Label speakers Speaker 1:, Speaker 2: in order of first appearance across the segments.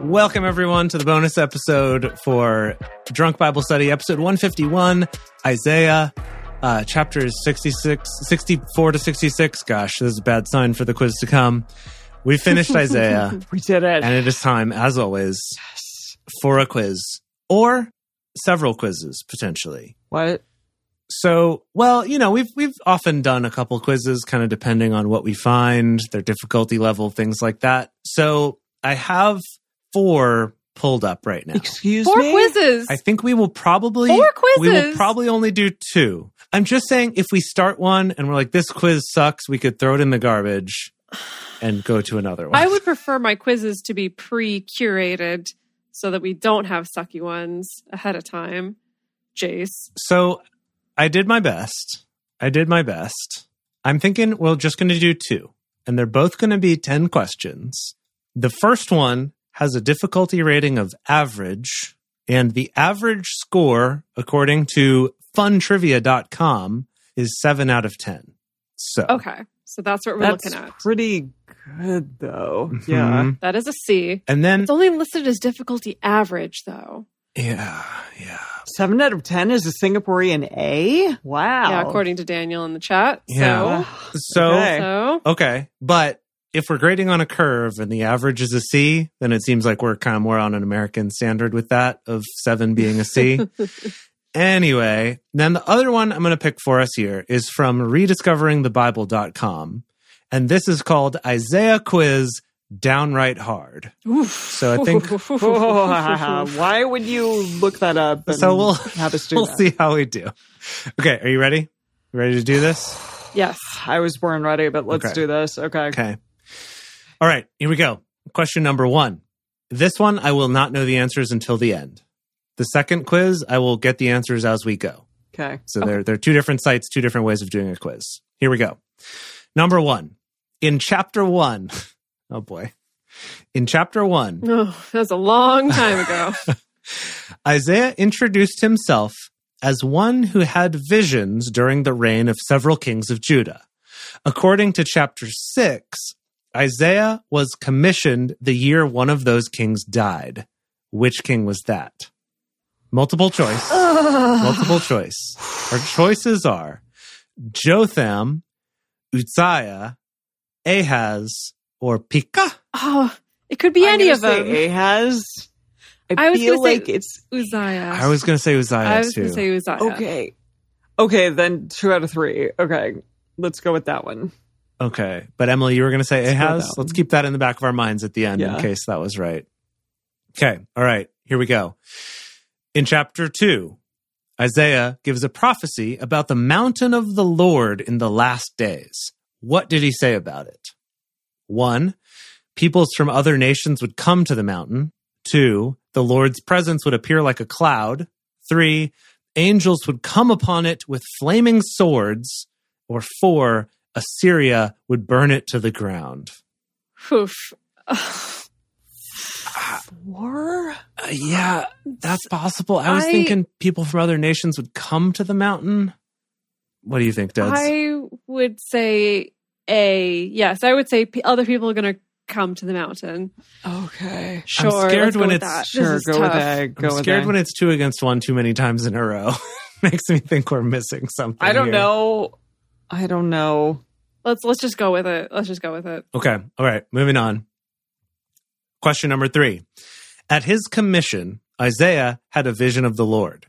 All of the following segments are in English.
Speaker 1: Welcome, everyone, to the bonus episode for Drunk Bible Study, episode 151, Isaiah, uh, chapters 66, 64 to 66. Gosh, this is a bad sign for the quiz to come. We finished Isaiah,
Speaker 2: We did it.
Speaker 1: and it is time, as always, for a quiz or several quizzes potentially.
Speaker 2: what?
Speaker 1: So, well, you know, we've we've often done a couple quizzes, kind of depending on what we find, their difficulty level, things like that. So, I have four pulled up right now.
Speaker 2: Excuse
Speaker 3: Four
Speaker 2: me.
Speaker 3: quizzes.
Speaker 1: I think we will probably
Speaker 3: Four
Speaker 1: we will
Speaker 3: quizzes?
Speaker 1: probably only do two. I'm just saying, if we start one and we're like, this quiz sucks, we could throw it in the garbage and go to another one.
Speaker 3: I would prefer my quizzes to be pre curated so that we don't have sucky ones ahead of time. Jace.
Speaker 1: so I did my best. I did my best. I'm thinking we're just going to do two, and they're both going to be 10 questions. The first one has a difficulty rating of average, and the average score, according to funtrivia.com, is 7 out of 10. So,
Speaker 3: Okay. So that's what we're
Speaker 2: That's
Speaker 3: looking at.
Speaker 2: pretty good, though. Yeah.
Speaker 1: Mhm.
Speaker 3: That is a C.
Speaker 1: And then,
Speaker 3: It's only listed as difficulty average, though.
Speaker 1: yeah, yeah.
Speaker 2: Seven out of ten is a Singaporean A. Wow.
Speaker 3: Yeah, according to Daniel in the chat. So,
Speaker 1: Yeah. So,
Speaker 2: Okay.
Speaker 3: so
Speaker 1: Okay. But if we're grading on a curve and the average is a C, then it seems like we're kind of more on an American standard with that of seven being a C. anyway, then the other one I'm going to pick for us here is from rediscoveringthebible.com. And this is called Isaiah Quiz Downright Hard.
Speaker 3: Oof.
Speaker 1: So I think-
Speaker 2: Oh, why would you look that up? And
Speaker 1: So we'll-
Speaker 2: have us do
Speaker 1: We'll
Speaker 2: that?
Speaker 1: see how we do. Okay. Are you ready? Ready to do this?
Speaker 3: yes.
Speaker 2: I was born ready, but let's
Speaker 1: Okay.
Speaker 2: do this. Okay.
Speaker 1: Okay. All right, here we go. Question number one. This one I will not know the answers until the end. The second quiz, I will get the answers as we go.
Speaker 2: Okay.
Speaker 1: So there, there are two different sites, two different ways of doing a quiz. Here we go. Number one. In chapter one, oh boy. In chapter one,
Speaker 3: Oh, that was a long time ago.
Speaker 1: Isaiah introduced himself as one who had visions during the reign of several kings of Judah. According to chapter 6, Isaiah was commissioned the year one of those kings died. Which king was that? Multiple choice. Multiple choice. Our choices are Jotham, Uzziah, Ahaz, or Pekah.
Speaker 3: oh, it could be
Speaker 2: I'm
Speaker 3: any
Speaker 2: gonna
Speaker 3: of them.
Speaker 2: say Ahaz. I,
Speaker 3: I was
Speaker 2: feel
Speaker 3: gonna say-
Speaker 2: like it's
Speaker 3: Uzziah.
Speaker 1: I was going to say Uzziah
Speaker 3: I was
Speaker 1: too.
Speaker 3: gonna say Uzziah.
Speaker 2: okay. Okay, then two out of three. Okay, let's go with that one.
Speaker 1: Okay. But Emily, you were going to say
Speaker 2: Let's go
Speaker 1: Ahaz?
Speaker 2: that
Speaker 1: Let's
Speaker 2: one.
Speaker 1: keep that in the back of our minds at the end
Speaker 2: Yeah.
Speaker 1: in case that was right. Okay. All right. Here we go. In chapter two, Isaiah gives a prophecy about the mountain of the Lord in the last days. What did he say about it? One, peoples from other nations would come to the mountain. Two, the Lord's presence would appear like a cloud. Three, angels would come upon it with flaming swords. Or four, Assyria would burn it to the ground.
Speaker 3: Oof.
Speaker 2: Four?
Speaker 1: Uh, yeah, that's possible. I was
Speaker 3: I-
Speaker 1: thinking people from other nations would come to the mountain. What do you think, Debs?
Speaker 3: I would say a yes. I would say p- other people are going to come to the mountain.
Speaker 2: Okay.
Speaker 3: Sure,
Speaker 1: scared
Speaker 3: let's go
Speaker 1: when
Speaker 3: with
Speaker 1: it's-
Speaker 3: that. This
Speaker 2: Sure,
Speaker 3: is
Speaker 2: go with
Speaker 3: tough.
Speaker 2: A. Go
Speaker 1: I'm
Speaker 2: with
Speaker 1: scared
Speaker 2: A.
Speaker 1: when it's two against one too many times in a row. Makes me think we're missing something.
Speaker 2: I don't
Speaker 1: here.
Speaker 2: know. I don't know.
Speaker 3: Let's let's just go with it. Let's just go with it.
Speaker 1: Okay. All right. Moving on. Question number three. At his commission, Isaiah had a vision of the Lord.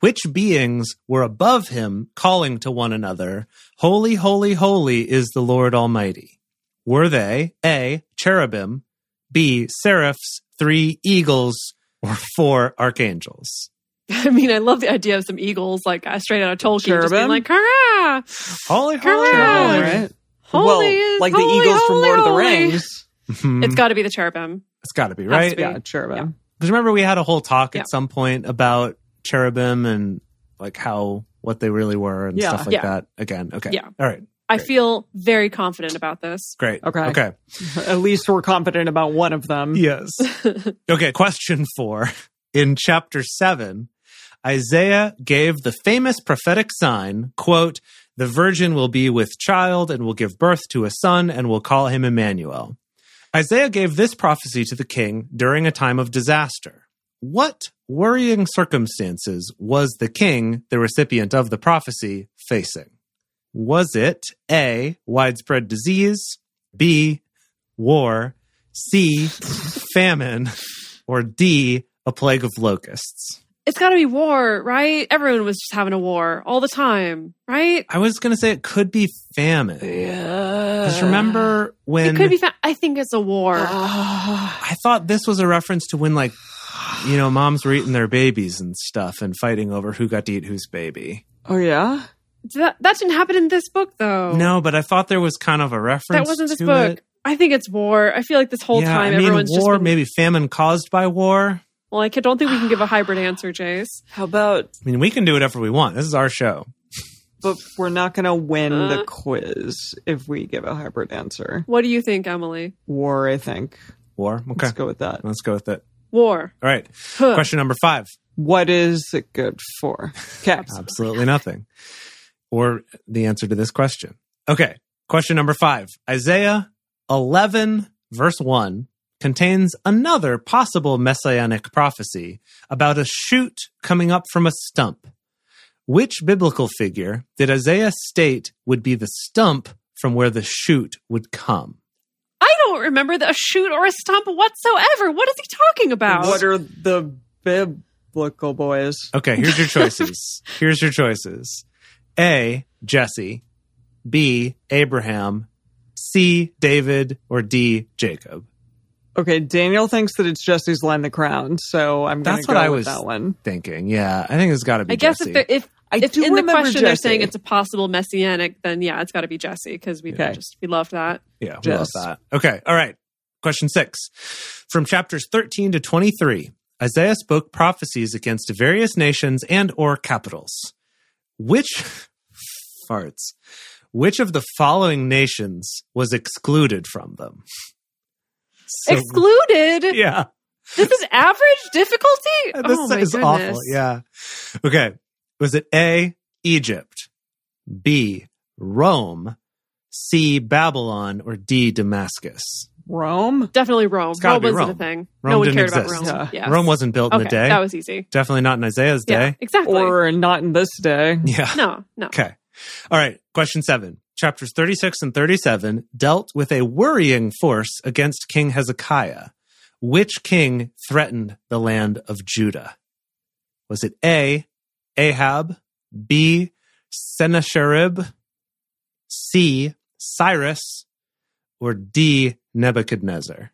Speaker 1: Which beings were above him calling to one another, Holy, holy, holy is the Lord Almighty? Were they A, cherubim, B, seraphs, three, eagles, or four, archangels?
Speaker 3: I mean, I love the idea of some eagles like uh, straight out of Tolkien, just being
Speaker 2: Cherubim?
Speaker 3: like, "Hurrah!
Speaker 1: Holy,
Speaker 3: Correct.
Speaker 2: Terrible,
Speaker 3: Yeah.
Speaker 2: right?
Speaker 3: Holy
Speaker 2: well,
Speaker 3: is
Speaker 2: like
Speaker 3: holy,
Speaker 2: the eagles from
Speaker 3: holy,
Speaker 2: Lord of the
Speaker 3: holy."
Speaker 2: Rings. Mm-hmm.
Speaker 1: Mhm.
Speaker 3: It's got to be the cherubim.
Speaker 1: it's got to be,
Speaker 3: has
Speaker 1: right?
Speaker 3: to be.
Speaker 2: Yeah, cherubim.
Speaker 1: Because remember, we had a whole talk
Speaker 3: Yeah.
Speaker 1: at some point about cherubim and like how what they really were and
Speaker 2: Yeah.
Speaker 1: stuff like
Speaker 3: Yeah.
Speaker 1: that. Again, okay,
Speaker 3: Yeah.
Speaker 1: all right,
Speaker 3: I
Speaker 1: Great.
Speaker 3: feel very confident about this.
Speaker 1: great,
Speaker 2: Okay.
Speaker 1: okay,
Speaker 2: At least we're confident about one of them.
Speaker 1: yes, okay. Question four in chapter seven, Isaiah gave the famous prophetic sign: "quote The virgin will be with child and will give birth to a son, and will call him Emmanuel." Isaiah gave this prophecy to the king during a time of disaster. What worrying circumstances was the king, the recipient of the prophecy, facing? Was it A, widespread disease, B, war, C, famine, or D, a plague of locusts?
Speaker 3: It's got to be war, right? Everyone was just having a war all the time, right?
Speaker 1: I was going to say it could be famine. Because remember when
Speaker 3: Uh, it could be. Fa- I think it's a war.
Speaker 2: Ah. Oh,
Speaker 1: I thought this was a reference to when, like, you know, moms were eating their babies and stuff and fighting over who got to eat whose baby.
Speaker 2: Oh yeah.
Speaker 3: that, that didn't happen in this book, though.
Speaker 1: No, but I thought there was kind of a reference.
Speaker 3: Oh. that wasn't this
Speaker 1: to
Speaker 3: book.
Speaker 1: it.
Speaker 3: I think it's war. I feel like this whole
Speaker 1: yeah,
Speaker 3: time
Speaker 1: I mean,
Speaker 3: everyone's
Speaker 1: war,
Speaker 3: just been,
Speaker 1: maybe famine caused by war.
Speaker 3: well. Like, I don't think we can give a hybrid answer, Jace.
Speaker 2: How about?
Speaker 1: I mean, we can do whatever we want. This is our show.
Speaker 2: But we're not gonna win
Speaker 3: Huh?
Speaker 2: the quiz if we give a hybrid answer.
Speaker 3: What do you think, Emily?
Speaker 2: War, I think.
Speaker 1: War. Okay.
Speaker 2: Let's go with that.
Speaker 1: Let's go with it.
Speaker 3: War.
Speaker 1: All right.
Speaker 3: Huh.
Speaker 1: Question number five.
Speaker 2: What is it good for? Okay.
Speaker 1: Absolutely nothing. Or the answer to this question. Okay. Question number five Isaiah 11, verse 1 contains another possible messianic prophecy about a shoot coming up from a stump. Which biblical figure did Isaiah state would be the stump from where the shoot would come?
Speaker 3: I don't remember the, a shoot or a stump whatsoever. What is he talking about?
Speaker 2: What are the biblical boys?
Speaker 1: Okay, here's your choices. here's your choices. A, Jesse. B, Abraham. C, David. Or D, Jacob.
Speaker 2: Okay, Daniel thinks that it's Jesse's line the crown, so I'm gonna
Speaker 1: That's
Speaker 2: go
Speaker 1: what I
Speaker 2: with
Speaker 1: was-
Speaker 2: that one.
Speaker 1: Thinking. Yeah, I think it's got to be
Speaker 3: I guess
Speaker 1: Jesse.
Speaker 3: if, they're- if
Speaker 2: I
Speaker 3: if
Speaker 2: do
Speaker 3: in the
Speaker 2: remember
Speaker 3: question they're
Speaker 2: Jesse.
Speaker 3: saying it's a possible messianic, then yeah, it's got to be Jesse because we
Speaker 2: Okay.
Speaker 3: just we love that.
Speaker 1: Yeah, we love
Speaker 2: Jess.
Speaker 1: that. Okay, all right. Question six. From chapters 13 to 23, Isaiah spoke prophecies against various nations and or capitals. Which farts. Which of the following nations was excluded from them? So-
Speaker 3: Excluded.
Speaker 1: Yeah.
Speaker 3: This is average difficulty.
Speaker 1: This
Speaker 3: oh my
Speaker 1: is
Speaker 3: goodness.
Speaker 1: awful. Yeah. Okay. Was it A, Egypt, B, Rome, C, Babylon, or D, Damascus?
Speaker 2: Rome?
Speaker 3: Definitely Rome.
Speaker 1: It's gotta
Speaker 3: Rome
Speaker 1: be
Speaker 3: wasn't
Speaker 1: Rome.
Speaker 3: a thing.
Speaker 1: Rome
Speaker 3: no one
Speaker 1: didn't
Speaker 3: cared
Speaker 1: exist.
Speaker 3: about Rome.
Speaker 2: Yeah.
Speaker 3: Yes.
Speaker 1: Rome wasn't built
Speaker 3: okay,
Speaker 1: in a day.
Speaker 3: That was easy.
Speaker 1: Definitely not in Isaiah's
Speaker 3: Yeah,
Speaker 1: day.
Speaker 3: exactly.
Speaker 2: Or not in this day.
Speaker 1: Yeah.
Speaker 3: no, no.
Speaker 1: Okay. All right. Question seven. Chapters 36 and 37 dealt with a worrying force against King Hezekiah. Which king threatened the land of Judah? Was it A, Ahab, B, Sennacherib, C, Cyrus, or D, Nebuchadnezzar?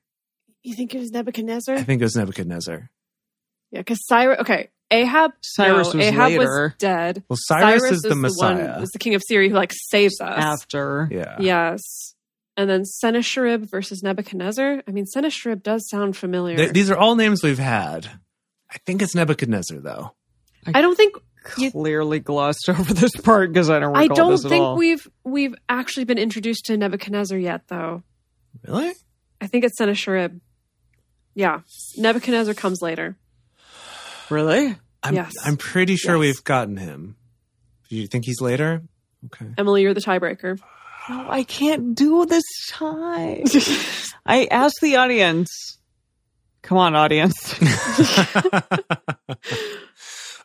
Speaker 3: You think it was Nebuchadnezzar?
Speaker 1: I think it was Nebuchadnezzar.
Speaker 3: yeah, because Cyrus. Okay, Ahab.
Speaker 2: Cyrus
Speaker 3: no,
Speaker 2: was
Speaker 3: Ahab
Speaker 2: later.
Speaker 3: was dead.
Speaker 1: Well, Cyrus, is, the,
Speaker 3: The
Speaker 1: Messiah.
Speaker 3: one, is the king of Syria who like saves us.
Speaker 2: After.
Speaker 1: yeah.
Speaker 3: Yes. And then Sennacherib versus Nebuchadnezzar. I mean, Sennacherib does sound familiar.
Speaker 1: Th- these are all names we've had. I think it's Nebuchadnezzar, though.
Speaker 3: I don't think You-
Speaker 2: Clearly glossed over this part because I don't
Speaker 3: I
Speaker 2: recall
Speaker 3: don't
Speaker 2: this at
Speaker 3: think
Speaker 2: all.
Speaker 3: we've we've actually been introduced to Nebuchadnezzar yet, though.
Speaker 1: Really?
Speaker 3: I think it's Sennacherib. Yeah, Nebuchadnezzar comes later.
Speaker 2: Really?
Speaker 1: I'm,
Speaker 3: Yes.
Speaker 1: I'm pretty sure
Speaker 3: Yes.
Speaker 1: we've gotten him. Do you think he's later? Okay.
Speaker 3: Emily, you're the tiebreaker.
Speaker 2: No, I can't do this time. I asked the audience. Come on, audience.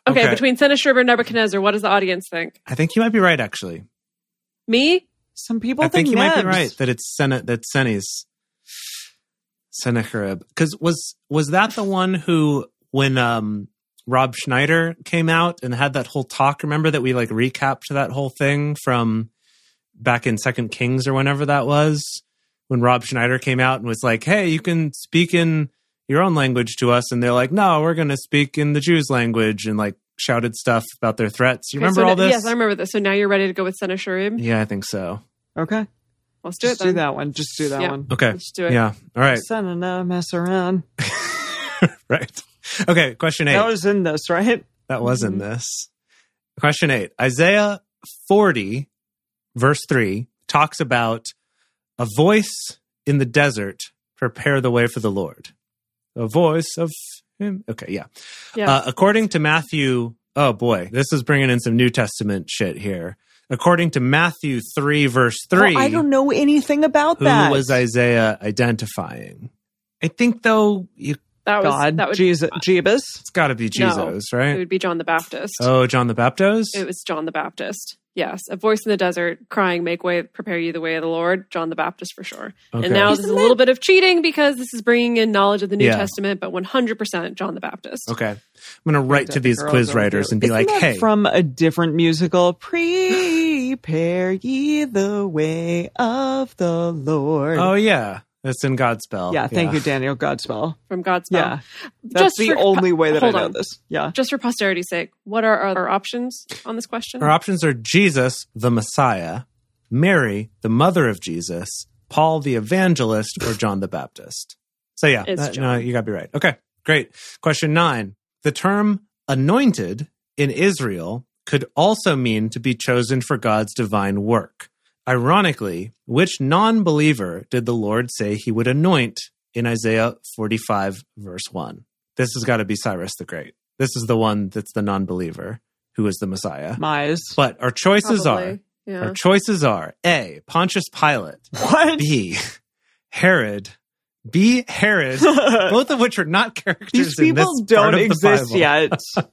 Speaker 3: Okay,
Speaker 1: Okay.
Speaker 3: between Sennacherib and Nebuchadnezzar, what does the audience think?
Speaker 1: I think you might be right, actually.
Speaker 3: Me?
Speaker 2: Some people
Speaker 1: I think you might
Speaker 2: Nebs.
Speaker 1: be right that it's Senna, that Senni's Sennacherib. Because was was that the one who when um Rob Schneider came out and had that whole talk? Remember that we like recapped that whole thing from back in Second Kings or whenever that was when Rob Schneider came out and was like, "Hey, you can speak in your own language to us," and they're like, "No, we're going to speak in the Jews' language," and like shouted stuff about their threats. You
Speaker 3: Okay,
Speaker 1: remember
Speaker 3: so
Speaker 1: all
Speaker 3: now-
Speaker 1: this?
Speaker 3: Yes, I remember this. So now you're ready to go with Sennacherib.
Speaker 1: yeah, I think so.
Speaker 2: Okay.
Speaker 3: Let's do
Speaker 2: Just
Speaker 3: it then.
Speaker 2: do that one. Just do that
Speaker 3: Yeah.
Speaker 2: one.
Speaker 1: Okay.
Speaker 3: Let's do it.
Speaker 1: Yeah. All right.
Speaker 2: Sending a mess around.
Speaker 1: right. Okay, question eight.
Speaker 2: That was Mm-hmm. in this, right?
Speaker 1: that was in this. Question eight. Isaiah 40, verse 3, talks about a voice in the desert, prepare the way for the Lord. A voice of him. Okay, yeah.
Speaker 3: Yeah.
Speaker 1: Uh, according to Matthew, oh boy, this is bringing in some New Testament shit here. according to Matthew 3, verse 3.
Speaker 2: Well, Oh, I don't know anything about
Speaker 1: who
Speaker 2: that.
Speaker 1: was Isaiah identifying? I think, though, you,
Speaker 3: That was
Speaker 2: God,
Speaker 3: that would
Speaker 2: Jesus, Jeebus.
Speaker 1: it's got to be Jesus,
Speaker 3: it
Speaker 1: right?
Speaker 3: would be John the Baptist.
Speaker 1: Oh, John the Baptist?
Speaker 3: It was John the Baptist. Yes, a voice in the desert crying, "Make way, prepare you the way of the Lord." John the Baptist for sure.
Speaker 1: Okay.
Speaker 3: And now
Speaker 2: He's
Speaker 3: this
Speaker 2: the
Speaker 3: is a little bit of cheating because this is bringing in knowledge of the New
Speaker 1: Yeah.
Speaker 3: Testament, but 100% John the Baptist.
Speaker 1: okay. I'm going to write to these
Speaker 2: Girls
Speaker 1: quiz
Speaker 2: don't
Speaker 1: writers
Speaker 2: do-
Speaker 1: and be
Speaker 2: Isn't
Speaker 1: like,
Speaker 2: that
Speaker 1: hey,
Speaker 2: from a different musical. Prepare ye the way of the Lord.
Speaker 1: oh, yeah, that's in Godspell.
Speaker 2: yeah, thank you, Daniel Godspell.
Speaker 3: From God's mouth.
Speaker 2: Yeah, that's
Speaker 3: Um, Just
Speaker 2: the
Speaker 3: for-
Speaker 2: only way that I
Speaker 3: hold
Speaker 2: know
Speaker 3: on.
Speaker 2: this. Yeah,
Speaker 3: Just for posterity's sake, what are our, our options on this question?
Speaker 1: Our options are Jesus, the Messiah, Mary, the mother of Jesus, Paul, the evangelist, or John the Baptist. So, yeah,
Speaker 3: It's
Speaker 1: that- no,
Speaker 3: John.
Speaker 1: you got to be right. Okay, great. Question nine The term anointed in Israel could also mean to be chosen for God's divine work. Ironically, which non believer did the Lord say he would anoint in Isaiah 45, verse 1? This has got to be Cyrus the Great. This is the one that's the non believer who is the Messiah.
Speaker 2: Mize.
Speaker 1: But our choices
Speaker 3: Probably.
Speaker 1: are
Speaker 3: Yeah.
Speaker 1: our choices are A. Pontius Pilate,
Speaker 2: What?
Speaker 1: B. Herod, B. Herod, both of which are not characters
Speaker 2: These
Speaker 1: in this
Speaker 2: people
Speaker 1: part
Speaker 2: don't
Speaker 1: of the
Speaker 2: exist
Speaker 1: Bible.
Speaker 2: yet.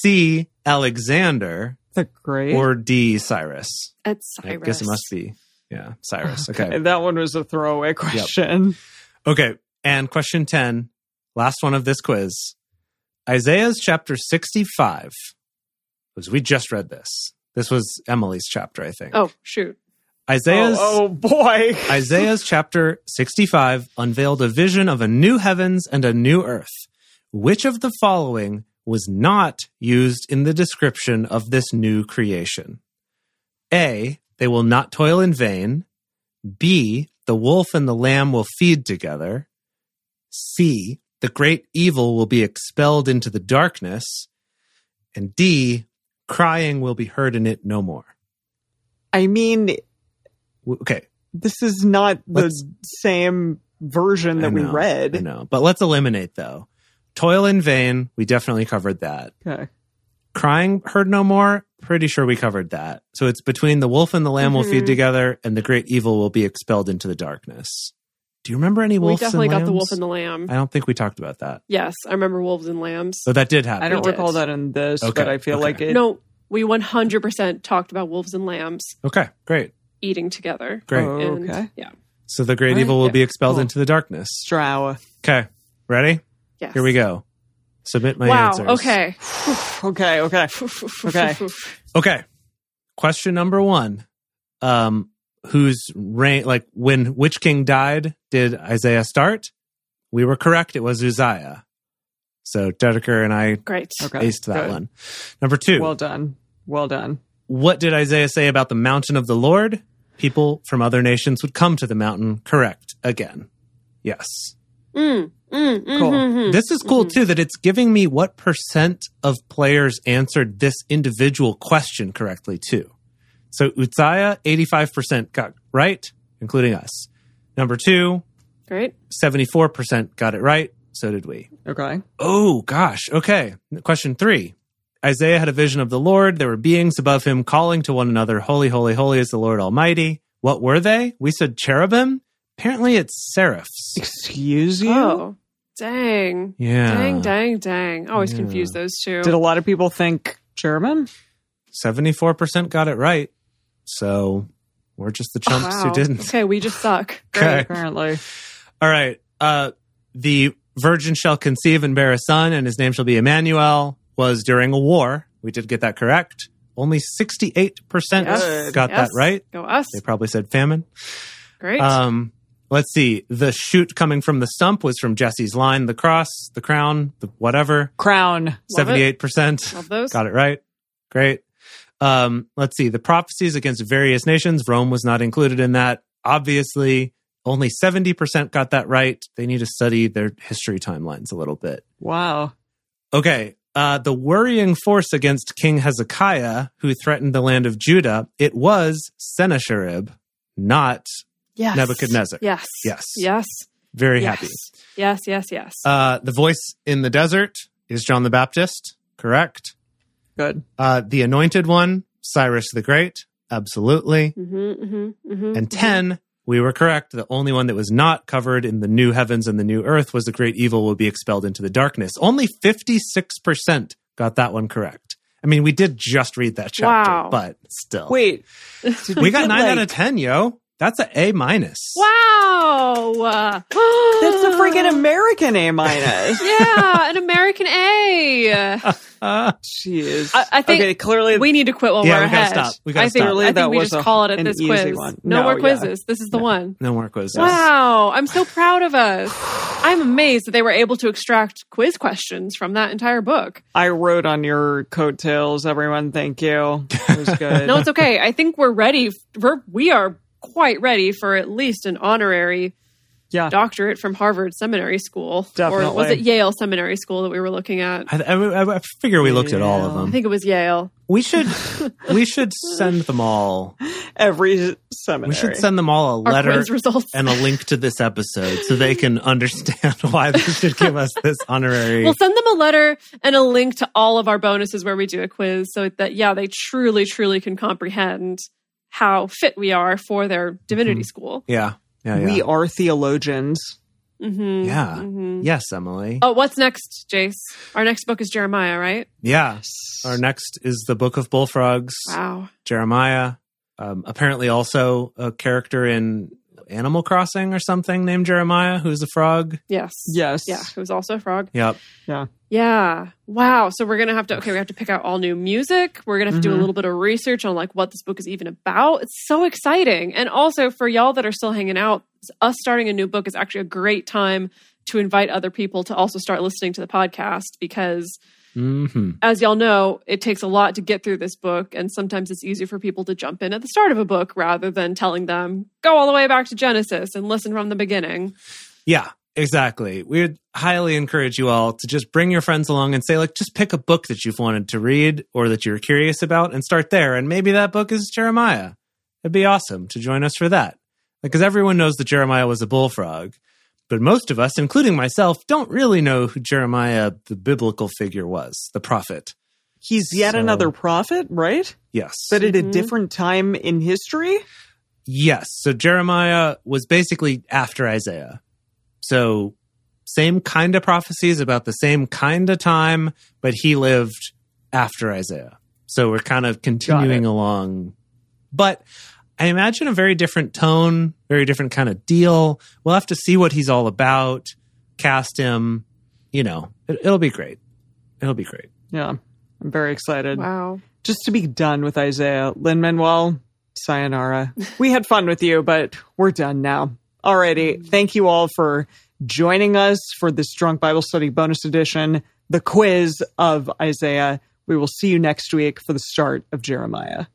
Speaker 1: C. Alexander
Speaker 2: the great.
Speaker 1: or D. Cyrus.
Speaker 3: It's
Speaker 1: I
Speaker 3: Cyrus.
Speaker 1: guess it must be yeah Cyrus. Okay.
Speaker 2: Okay, That one was a throwaway question.
Speaker 1: Okay. And question 10, last one of this quiz. Isaiah's chapter 65. Because we just read this. This was Emily's chapter, I think.
Speaker 3: Oh, shoot.
Speaker 1: Isaiah's
Speaker 2: oh, oh, boy.
Speaker 1: Isaiah's chapter 65 unveiled a vision of a new heavens and a new earth. Which of the following was not used in the description of this new creation? A. They will not toil in vain. B. The wolf and the lamb will feed together. C. The great evil will be expelled into the darkness. And D. Crying will be heard in it no more.
Speaker 2: I mean,
Speaker 1: W- Okay,
Speaker 2: this is not the
Speaker 1: Let's-
Speaker 2: same version that
Speaker 1: I
Speaker 2: we
Speaker 1: know, I
Speaker 2: read.
Speaker 1: know. But let's eliminate though. Toil in vain, we definitely covered that.
Speaker 2: Okay.
Speaker 1: Crying heard no more, pretty sure we covered that. So it's between the wolf and the lamb will feed
Speaker 3: Mhm.
Speaker 1: together and the great evil will be expelled into the darkness. Do you remember any
Speaker 3: We
Speaker 1: wolves?
Speaker 3: definitely
Speaker 1: and
Speaker 3: got
Speaker 1: lambs?
Speaker 3: the wolf and the lamb.
Speaker 1: I don't think we talked about that.
Speaker 3: yes, I remember wolves and lambs.
Speaker 1: So that did happen.
Speaker 2: I don't
Speaker 3: did.
Speaker 2: recall that in this,
Speaker 1: Okay,
Speaker 2: but I feel
Speaker 1: okay.
Speaker 2: like it.
Speaker 3: no, we 100% talked about wolves and lambs
Speaker 1: Okay, great.
Speaker 3: eating together.
Speaker 1: Great.
Speaker 2: Oh.
Speaker 3: And,
Speaker 2: Okay.
Speaker 3: Yeah.
Speaker 1: So the great
Speaker 2: All right,
Speaker 1: evil will
Speaker 2: yeah,
Speaker 1: be expelled
Speaker 2: cool.
Speaker 1: into the darkness.
Speaker 2: Strauss.
Speaker 1: Okay. Ready?
Speaker 3: Yes.
Speaker 1: Here we go. Submit my
Speaker 3: wow.
Speaker 1: answers.
Speaker 3: Okay.
Speaker 2: Okay, okay. Okay.
Speaker 1: Okay. Question number one. Um, whose reign, like when which king died, did Isaiah start? We were correct. It was Uzziah. So Dedeker and I
Speaker 3: Great.
Speaker 2: Okay.
Speaker 1: aced that
Speaker 2: good.
Speaker 1: one. Number two.
Speaker 2: Well done. Well done.
Speaker 1: what did Isaiah say about the mountain of the Lord? People from other nations would come to the mountain. Correct. Again. Yes.
Speaker 3: Mm, mm, mm,
Speaker 2: Cool.
Speaker 3: mm, mm.
Speaker 1: This is cool
Speaker 3: Mhm.
Speaker 1: too that it's giving me what percent of players answered this individual question correctly too. So Utsaya, 85% got right, including us. Number two,
Speaker 3: Great.
Speaker 1: 74% got it right. So did we.
Speaker 2: Okay.
Speaker 1: Oh gosh. Okay. Question three. Isaiah had a vision of the Lord. There were beings above him calling to one another, Holy, holy, holy is the Lord Almighty. What were they? We said cherubim. Apparently it's seraphs.
Speaker 2: Excuse you?
Speaker 3: Oh, dang.
Speaker 1: Yeah.
Speaker 3: Dang, dang, dang. I always
Speaker 1: Yeah.
Speaker 3: confuse those two.
Speaker 2: Did a lot of people think German?
Speaker 1: 74% got it right. So we're just the chumps
Speaker 3: Wow.
Speaker 1: who didn't.
Speaker 3: Okay, we just suck.
Speaker 1: Okay.
Speaker 3: Great.
Speaker 2: Apparently.
Speaker 1: All right. Uh, the virgin shall conceive and bear a son, and his name shall be Emmanuel, was during a war. We did get that correct. Only 68%
Speaker 3: Yes.
Speaker 1: got
Speaker 3: Yes.
Speaker 1: that right.
Speaker 3: Go us.
Speaker 1: They probably said famine.
Speaker 3: Great.
Speaker 1: Um, let's see. The shoot coming from the stump was from Jesse's line, the cross, the crown, the whatever.
Speaker 2: Crown.
Speaker 3: Love it.
Speaker 1: 78%.
Speaker 3: Love those.
Speaker 1: Got it right. Great. Um, let's see. The prophecies against various nations. Rome was not included in that. Obviously, only 70% got that right. They need to study their history timelines a little bit.
Speaker 2: Wow.
Speaker 1: Okay. Uh, the worrying force against King Hezekiah, who threatened the land of Judah, it was Sennacherib, not
Speaker 3: Yes.
Speaker 1: Nebuchadnezzar.
Speaker 3: Yes.
Speaker 1: Yes.
Speaker 3: Yes.
Speaker 1: Very
Speaker 3: yes.
Speaker 1: happy.
Speaker 3: Yes, yes, yes.
Speaker 1: Uh, the voice in the desert is John the Baptist, correct?
Speaker 2: Good.
Speaker 1: Uh, the anointed one, Cyrus the Great. Absolutely.
Speaker 3: Mm-hmm, mm-hmm, mm-hmm,
Speaker 1: And 10, we were correct. The only one that was not covered in the new heavens and the new earth was the great evil will be expelled into the darkness. Only 56% got that one correct. I mean, we did just read that chapter,
Speaker 3: Wow.
Speaker 1: but still.
Speaker 2: Wait,
Speaker 1: we got 9
Speaker 2: like-
Speaker 1: out of 10, yo. That's a A minus.
Speaker 3: Wow.
Speaker 2: that's
Speaker 3: That's
Speaker 2: a freaking American A minus.
Speaker 3: Yeah, an American A.
Speaker 1: Uh,
Speaker 2: Jeez.
Speaker 3: I- I think
Speaker 2: okay, clearly
Speaker 3: We need to quit while
Speaker 1: Yeah,
Speaker 3: we're
Speaker 1: we gotta
Speaker 3: ahead.
Speaker 1: stop. We gotta
Speaker 3: I think,
Speaker 1: stop.
Speaker 3: I think
Speaker 2: That
Speaker 3: we
Speaker 2: was
Speaker 3: just
Speaker 2: a-
Speaker 3: call it at
Speaker 2: an
Speaker 3: this
Speaker 2: easy
Speaker 3: quiz.
Speaker 2: one.
Speaker 3: No,
Speaker 2: No,
Speaker 3: more
Speaker 2: yeah.
Speaker 3: quizzes. This is the one.
Speaker 1: no more quizzes.
Speaker 3: Wow. I'm so proud of us. I'm amazed that they were able to extract quiz questions from that entire book.
Speaker 2: I wrote on your coattails, everyone. Thank you. It was good.
Speaker 3: No, it's okay. I think we're ready. We're, we are quite ready for at least an honorary
Speaker 2: yeah.
Speaker 3: doctorate from Harvard Seminary School. Or was
Speaker 2: Definitely.
Speaker 3: it Yale Seminary School that we were looking at?
Speaker 1: I, I, I figure we looked at all of
Speaker 2: Yeah.
Speaker 1: them.
Speaker 3: I think it was Yale.
Speaker 1: we should we should send them all.
Speaker 2: Every seminary.
Speaker 1: We should send them all a
Speaker 3: Our
Speaker 1: letter
Speaker 3: quiz results.
Speaker 1: and a link to this episode so they can understand why they should give us this honorary.
Speaker 3: We'll send them a letter and a link to all of our bonuses where we do a quiz so that, yeah, they truly, truly can comprehend how fit we are for their
Speaker 1: Mm-hmm.
Speaker 3: divinity school.
Speaker 1: yeah, yeah, yeah.
Speaker 2: We are theologians.
Speaker 3: hmm
Speaker 1: Yeah.
Speaker 3: hmm
Speaker 1: yes, Emily.
Speaker 3: Oh, what's next, Jace? Our next book is Jeremiah, right?
Speaker 1: Yeah. Our next is the Book of Bullfrogs,
Speaker 3: Wow.
Speaker 1: Jeremiah. Um, apparently, also a character in Animal Crossing or something named Jeremiah, who's a frog.
Speaker 3: Yes.
Speaker 2: Yes.
Speaker 3: Yeah. It was also a frog.
Speaker 1: Yep.
Speaker 3: Yeah. Wow. So we're going to have to, okay, we have to pick out all new music. We're going to have to do
Speaker 2: Mhm.
Speaker 3: a little bit of research on like what this book is even about. It's so exciting. And also for y'all that are still hanging out, us starting a new book is actually a great time to invite other people to also start listening to the podcast because
Speaker 1: hmm
Speaker 3: as y'all know, it takes a lot to get through this book. And sometimes it's easier for people to jump in at the start of a book rather than telling them, go all the way back to Genesis and listen from the beginning.
Speaker 1: Yeah, exactly. We'd highly encourage you all to just bring your friends along and say, like, just pick a book that you've wanted to read or that you're curious about and start there. And maybe that book is Jeremiah. It'd be awesome to join us for that. Because everyone knows that Jeremiah was a bullfrog. But most of us, including myself, don't really know who Jeremiah, the biblical figure, was, the prophet.
Speaker 2: He's yet
Speaker 1: So-
Speaker 2: another prophet, right?
Speaker 1: Yes.
Speaker 2: But at a
Speaker 3: Mhm.
Speaker 2: different time in history?
Speaker 1: Yes. So Jeremiah was basically after Isaiah. So same kind of prophecies about the same kind of time, but he lived after Isaiah. So we're kind of continuing along. But I imagine a very different tone, very different kind of deal. We'll have to see what he's all about, cast him, you know, it, it'll be great. It'll be great.
Speaker 2: Yeah. I'm very excited.
Speaker 3: Wow.
Speaker 2: Just to be done with Isaiah. Lin Manuel, sayonara. we had fun with you, but we're done now. Alrighty.
Speaker 3: Mm-hmm.
Speaker 2: Thank you all for joining us for this Drunk Bible Study bonus edition, the quiz of Isaiah. We will see you next week for the start of Jeremiah.